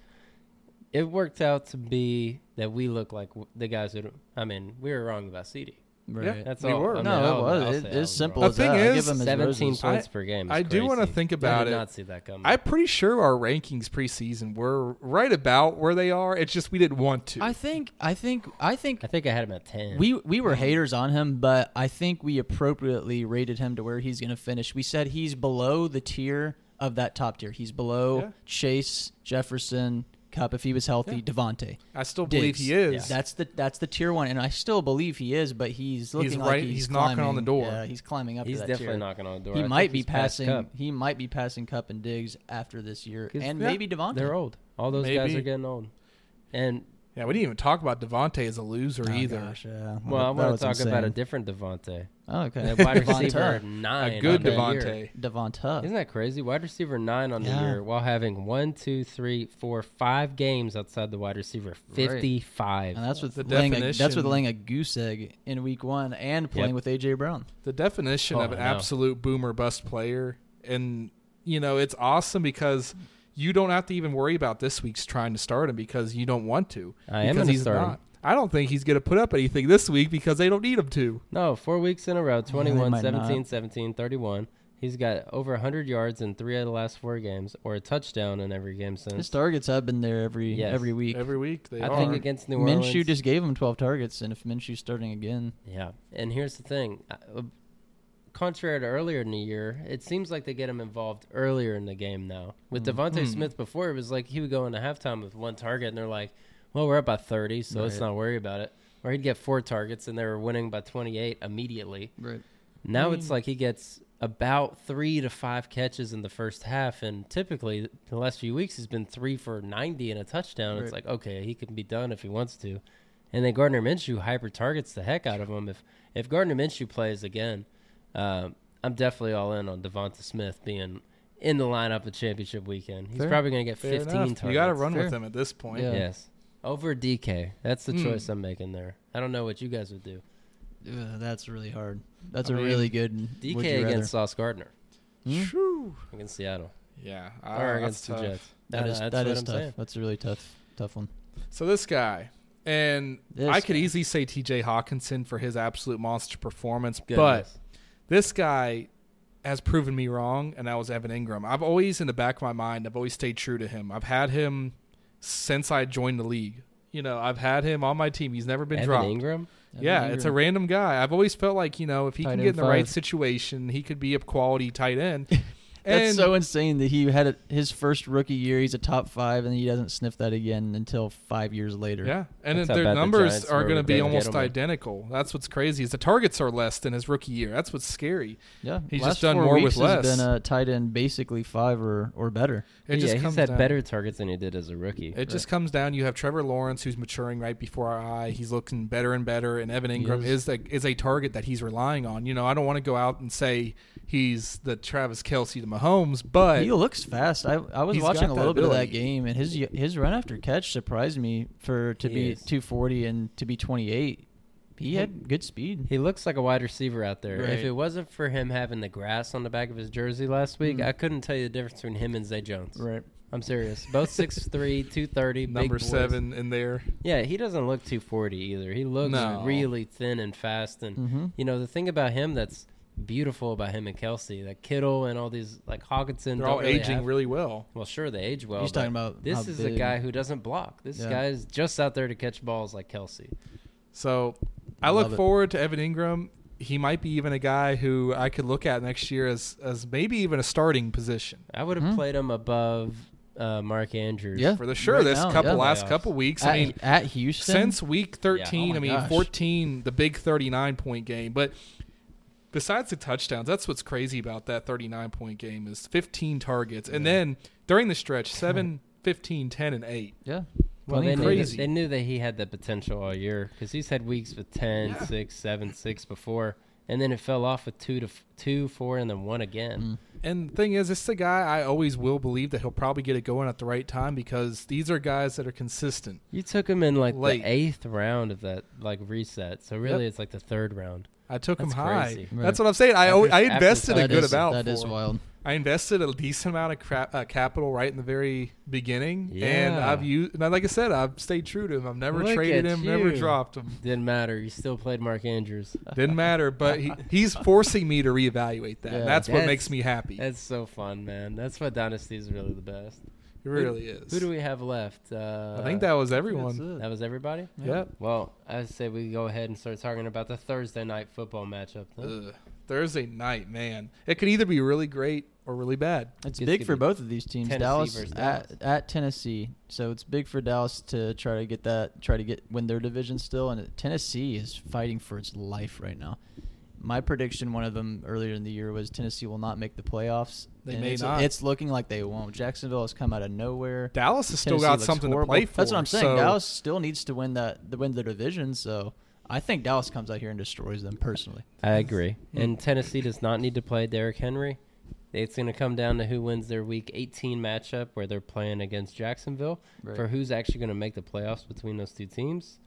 It worked out to be that we look like w- the guys that I mean, we were wrong about CeeDee.
right.
Yeah.
That's
We
all.
were.
I mean,
No, it
I'll-
was.
I'll
It
say
is
I was
simple
wrong.
as
The thing
that. I
is,
give him his
17
roses.
points
I-
per game. is
I do wanna
crazy.
think about
I did
it.
not see that coming.
I'm pretty sure our rankings preseason were right about where they are. It's just we didn't want to.
I think I think I think
I think I had him at 10.
we we were haters on him, but I think we appropriately rated him to where he's going to finish. We said he's below the tier of that top tier. He's below
Yeah.
Chase, Jefferson, Cup if he was healthy,
Yeah.
Devontae.
I still believe
Diggs.
he is.
That's the that's the tier one, and I still believe he is, but he's looking like
right-
he's,
he's knocking on the
climbing-
door.
Yeah, he's climbing up.
he's
to that
definitely
tier.
knocking on the door. I
He
think
might be
he's past
passing.
Cup.
He might be passing Cup and Diggs after this year,
'Cause-
and
yeah,
maybe Devontae.
They're old. All those guys
Maybe.
are getting old. And
Yeah, we didn't even talk about Devontae as a loser
Oh,
either.
gosh, yeah.
well, I
That
want
was
to talk about a
insane.
different Devontae.
Oh, okay.
That wide
Devonta.
receiver nine.
A good
on the year.
Devontae.
Devonta.
Isn't that crazy? Wide receiver nine on
Yeah.
the year while having one, two, three, four, five games outside the wide receiver fifty-five.
And that's with
The
laying a, that's with
definition-
laying a goose egg in week one and playing
Yep. Mm-hmm.
with AJ Brown.
The definition
Oh,
of an
I know.
absolute boomer bust player, and you know it's awesome because you don't have to even worry about this week's trying to start him because you don't want to.
I am
because
gonna
he's
start him.
not. I don't think he's going to put up anything this week because they don't need him to.
No, four weeks in a row 21,
might
17,
not.
17, 31. He's got over 100 yards in three of the last four games, or a touchdown in every game
His
since.
targets have been there every
Yes.
every week.
Every week they
I
are.
think against New Orleans.
Minshew just gave him 12 targets, and if Minshew's starting again,
Yeah, and here's the thing. Uh, Contrary to earlier in the year, it seems like they get him involved earlier in the game now. With Devontae Smith before, it was like he would go into halftime with one target, and they're like, well, we're up by 30, so let's
Right.
not worry about it. Or he'd get four targets, and they were winning by 28 immediately.
right.
Now
Hmm.
it's like he gets about three to five catches in the first half, and typically the last few weeks he's been three for ninety and a touchdown. It's
Right.
like okay, he can be done if he wants to. And then Gardner Minshew hyper targets the heck out of him. If if Gardner Minshew plays again, uh, I'm definitely all in on Devonta Smith being in the lineup at championship weekend. He's
Fair.
probably going to get
Fair
15
enough.
targets.
You got to run
Fair.
with them at this point.
Yeah.
Yes, over DK. That's the
Mm.
choice I'm making there. I don't know what you guys would do.
Ugh, uh, that's really hard. That's
I
a
mean,
really good
DK
would you rather.
against Sauce Gardner
Hmm?
Shoo.
against Seattle.
Yeah.
or
Ah,
against the
that's tough.
Jets.
That
Uh,
is
that's
that
what
is
I'm
tough.
saying.
That's a really tough tough one.
So this guy, and
This
I could
guy.
easily say T.J. Hawkinson for his absolute monster performance, but
Goodness.
this guy has proven me wrong, and that was Evan Ingram. I've always, in the back of my mind, I've always stayed true to him. I've had him since I joined the league. You know, I've had him on my team. He's never been
Evan
dropped.
Ingram.
yeah,
Evan
it's a
Ingram.
random guy. I've always felt like you know, if he
Tight
can
end
get in the right
five.
situation, he could be a quality tight end.
That's
And-
so insane that he had a, his first rookie year. He's a top five, and he doesn't sniff that again until five years later.
Yeah, and
That's
then
how
their
bad the
numbers
Giants
are
were
going to
with
be
David
almost
Gettleman.
identical. That's what's crazy is the targets are less than his rookie year. That's what's scary.
yeah.
He's
Last
just done
four
more
weeks
with less.
Has been a tight end basically five or or better.
It
yeah,
just
he's
comes
had
down.
better targets than he did as a rookie.
It just comes down. You have Trevor Lawrence, who's maturing right before our eye. He's looking better and better, and Evan Ingram is
is.
a, is a target that he's relying on. You know, I don't want to go out and say he's the Travis Kelsey to Mahomes, but
He looks fast. I I was
He's
watching
got that
a little bit of that
ability.
game, and his his run after catch surprised me for to
He
be
is.
240 and to be 28. He had good speed.
He looks like a wide receiver out there.
Right.
If it wasn't for him having the grass on the back of his jersey last
Hmm.
week, I couldn't tell you the difference between him and Zay Jones.
Right.
I'm serious. Both 6'3", 230, big
number
boys.
seven in there.
Yeah, he doesn't look 240 either. He looks
No.
really thin and fast. And,
Mhm.
you know, the thing about him that's beautiful about him and Kelsey, that Kittle and all these, like Hawkinson.
They're
don't
all
really
aging
have-
really well.
Well, sure, they age well.
He's
but
talking about
This
how
is a
big.
guy who doesn't block. This
Yeah.
guy is just out there to catch balls like Kelsey.
So I
Love
look
it.
forward to Evan Ingram. He might be even a guy who I could look at next year as as maybe even a starting position.
I would have
Mhm.
played him above uh, Mark Andrews.
Yeah.
For the sure,
Right
this
now,
couple
yeah.
last
Playoffs.
couple weeks.
at,
I mean,
at Houston,
since week thirteen,
Oh my
I mean
gosh.
fourteen, the big thirty nine point game. But besides the touchdowns, that's what's crazy about that thirty nine point game is fifteen targets. And then during the stretch, 7, 15, 10, and eight.
yeah,
Well,
Clean
they knew, that,
crazy.
they knew that he had that potential all year because he's had weeks with 10, 6, 7, 6 before, and then it fell off with 2, to f- 2 4, and then 1 again.
And the thing is, this is a guy I always will believe that he'll probably get it going at the right time because these are guys that are consistent.
You took him in like
Late.
the eighth round of that like reset, so really
Yep.
it's like the third round.
I took him
That's
high.
crazy.
That's what I'm saying. I, always- I
After-
invested a
That
good
is-
amount.
That is
for him.
wild.
I invested a decent amount of crap, uh, capital right in the very beginning, and
Yeah.
I've used. And like I said, I've stayed true to him. I've never
Look
traded
at
him, never
you.
dropped him.
Didn't matter. You still played Mark Andrews.
Didn't matter, but he, he's forcing me to reevaluate that.
Yeah.
that's, what
That's-
makes me happy. It
That's so fun, man. That's why Dynasty is really the best.
really is.
Who do we have left? Uh,
I think that was everyone.
That's it.
that was everybody.
Yep.
Well, I say we go ahead and start talking about the Thursday night football matchup. then.
Ugh. Thursday night, man. It could either be really great or really bad.
It's
It's
big
gonna
for
be
both of these teams.
Tennessee
Dallas,
versus Dallas.
at at Tennessee, so it's big for Dallas to try to get that, try to get win their division still, and Tennessee is fighting for its life right now. My prediction, one of them earlier in the year, was Tennessee will not make the playoffs.
They
and
may
it's,
not.
It's looking like they won't. Jacksonville has come out of nowhere.
Dallas has still
Tennessee
got
looks
something
horrible.
to play for.
That's what I'm saying.
so-
Dallas still needs to win that, the win the division. So I think Dallas comes out here and destroys them personally.
I agree.
hmm.
And Tennessee does not need to play Derrick Henry. It's going to come down to who wins their Week 18 matchup where they're playing against Jacksonville
Right.
for who's actually going to make the playoffs between those two teams.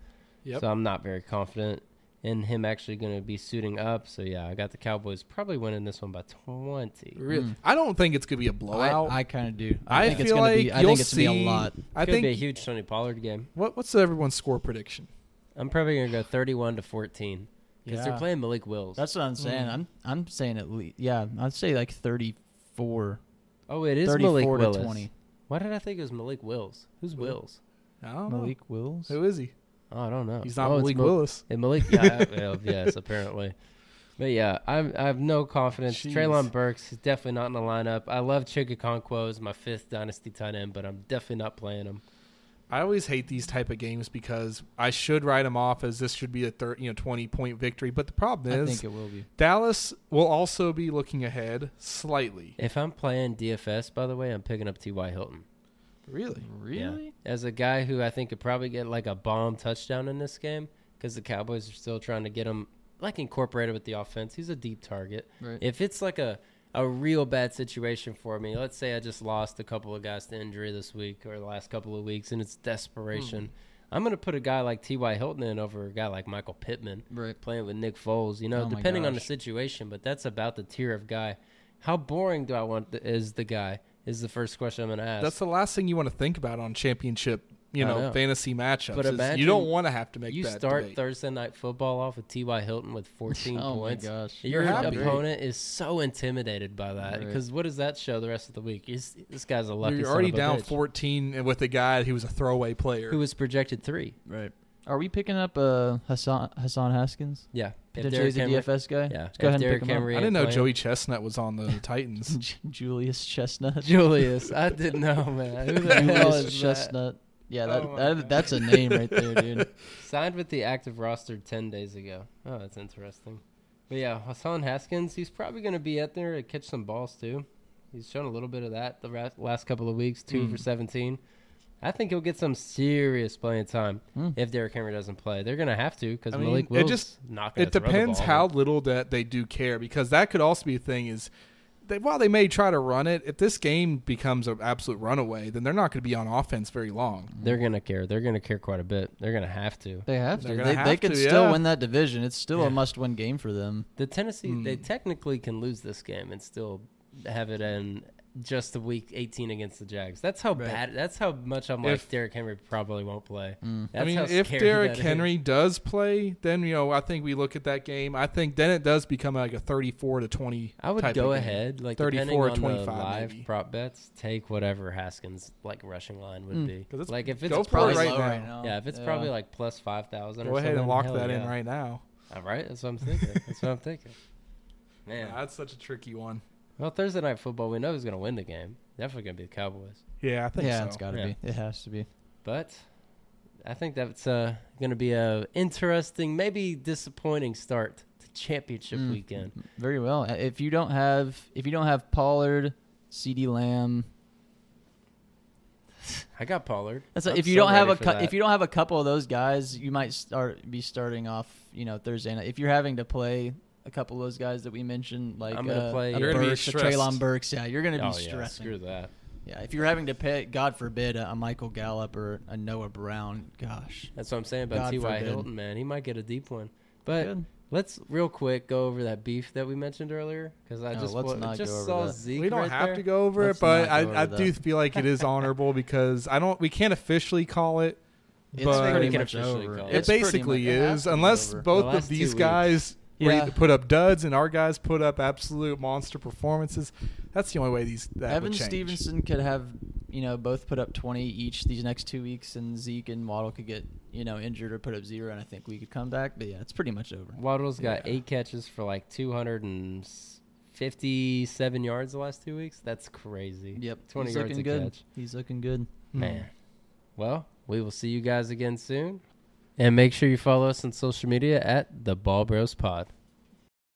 Yep.
So I'm not very confident and him actually going to be suiting up. So yeah, I got the Cowboys probably winning this one by 20.
Really, I don't think it's gonna be a blowout.
Mm. I, I kind of do.
I,
think
feel
it's gonna
like
be, I
you'll
think it's
see.
gonna be a lot.
I
Could be a
think.
huge Tony Pollard game.
What, what's everyone's score prediction?
I'm probably going to go 31 to 14 because they're
Yeah.
playing Malik Wills.
That's what I'm saying.
Mm.
I'm I'm saying at least yeah. I'd say like 34,
oh, it is Malik
34 to
Willis.
20.
Why did I think it was Malik Wills? Who's
Who?
Wills?
I don't know.
Malik Wills.
Oh. Who is he?
Oh, I don't know.
He's not
oh, it's
Malik
Mal-
Willis.
And Malik, yeah, I- well, yes, apparently. But yeah, I'm, I have no confidence.
Jeez.
Traylon Burks is definitely not in the lineup. I love Chigakonkwo as my fifth dynasty tight end, but I'm definitely not playing him.
I always hate these type of games because I should write them off as this should be a thir- you know twenty point victory, but the problem
I
is
think it will be.
Dallas will also be looking ahead slightly.
If I'm playing DFS, by the way, I'm picking up T.Y. Hilton.
Really?
Yeah. As a guy who I think could probably get like a bomb touchdown in this game because the Cowboys are still trying to get him like incorporated with the offense. He's a deep target.
Right.
If it's like a a real bad situation for me, let's say I just lost a couple of guys to injury this week or the last couple of weeks, and it's desperation.
Hmm.
I'm gonna put a guy like T.Y. Hilton in over a guy like Michael Pittman
Right.
playing with Nick Foles. You know,
Oh my
depending on the
gosh.
situation, but that's about the tier of guy. How boring do I want the, is the guy? Is the first question I'm gonna ask.
That's the last thing you want to think about on championship, you
I
know,
know.
fantasy matchups.
But
is
imagine
you don't want to have to make
you
that
start
debate.
Thursday night football off with T.Y. Hilton with 14
Oh my
points.
gosh.
Your
You're happy.
opponent is so intimidated by that
Right.
because what does that show the rest of the week? He's- this guy's a lucky.
You're
son
already
of a
down
bitch
14 with a guy who was a throwaway player.
Who was projected three?
Right. Are we picking up uh, Hassan Hassan Haskins?
Yeah, If
Potentially
Derrick
as a
Henry-
DFS guy.
Yeah,
Let's go
if
ahead and
Derrick
pick him
I
Henry
didn't know
ain't
Joey Chestnut was on the Titans.
up. Julius Chestnut.
Julius. I didn't know, man. Who the hell
Julius
is that?
Chestnut. Yeah,
Oh
that,
my God.
that that's a name right there, dude.
Signed with the active roster ten days ago. Oh, that's interesting. But yeah, Hassan Haskins. He's probably going to be out there to catch some balls too. He's shown a little bit of that the ra- last couple of weeks, two
Hmm.
for 17. I think he'll get some serious playing time
Hmm.
if Derrick Henry doesn't play. They're going to have to because
I mean,
Malik
it
Willis
just-
not going
it
to
depends how little that they do care because that could also be a thing is they, while they may try to run it, if this game becomes an absolute runaway, then they're not going to be on offense very long.
They're going to care. They're going to care quite a bit. They're going to have to.
They have
They're
to.
gonna
They, they
have
can
to,
still
yeah.
win that division. It's still
Yeah.
a must-win game for them.
The Tennessee, they
Hmm.
technically can lose this game and still have it in just the week 18 against the Jags. That's how
Right.
bad. That's how much I'm like
If-
Derrick Henry probably won't play.
Mm.
That's
I mean,
how
if
scary
Derrick
that is.
Henry does play, then you know I think we look at that game. I think then it does become like a thirty-four to twenty.
I would
type
go
of game.
ahead, like
34
depending
or
on
25
the live
maybe.
prop bets, take whatever Haskins like rushing line would
Mm.
be.
Hmm. 'Cause it's-
like if it's
go for it
probably,
right now.
yeah, if it's probably like plus five thousand.
Go ahead and lock that in right now.
All right, that's what I'm thinking. That's what I'm thinking. Man,
That's such a tricky one.
well, Thursday night football, we know who's gonna win the game. Definitely gonna be the Cowboys.
Yeah, I think
yeah,
so.
it's got to
Yeah.
be. It has to be.
But I think that's uh, going to be a interesting, maybe disappointing start to championship
Mm.
weekend.
Very well. Uh, If you don't have if you don't have Pollard, C.D. Lamb,
I got Pollard.
that's like,
I'm
if you
so
don't have
ready
a
for
cou-
that.
if you don't have a couple of those guys, you might start be starting off. You know Thursday night if you're having to play a couple of those guys that we mentioned, like
I'm gonna
uh,
play-
a
You're
gonna be
Burks, a
stressed.
Traylon Burks. Yeah, you're gonna be
oh, yeah,
stressing.
screw that.
Yeah, if you're having to pay, God forbid, a a Michael Gallup or a Noah Brown. Gosh,
That's what I'm saying about
God
T.Y.
forbid.
Hilton, man. He might get a deep one. But
Good.
let's real quick go over that beef that we mentioned earlier because I
No,
just,
let's
wa-
not
just
go over
saw
that.
Zeke.
we don't
right
have
there.
to go over
Let's
it, but
not go
I,
over
I
that.
do feel like it is honorable because I don't. We can't officially call it.
it's
But-
pretty
We
can
much
officially
over.
call it.
It
It's pretty
basically
much- it has
is,
to be
unless
over.
both
last
of
two
these
weeks.
guys were
Yeah.
either put up duds and our guys put up absolute monster performances. That's the only way these that would
Evan
change.
Stevenson could have, you know, both put up 20 each these next two weeks, and Zeke and Waddle could get, you know, injured or put up zero, and I think we could come back. But yeah, it's pretty much over.
Waddle's got
Yeah.
eight catches for like 257 yards the last two weeks. That's crazy.
Yep,
20
he's
yards
looking
a
good.
catch.
He's looking good.
Hmm.
Man. Well, we will see you guys again soon. And make sure you follow us on social media at the Ball Bros Pod.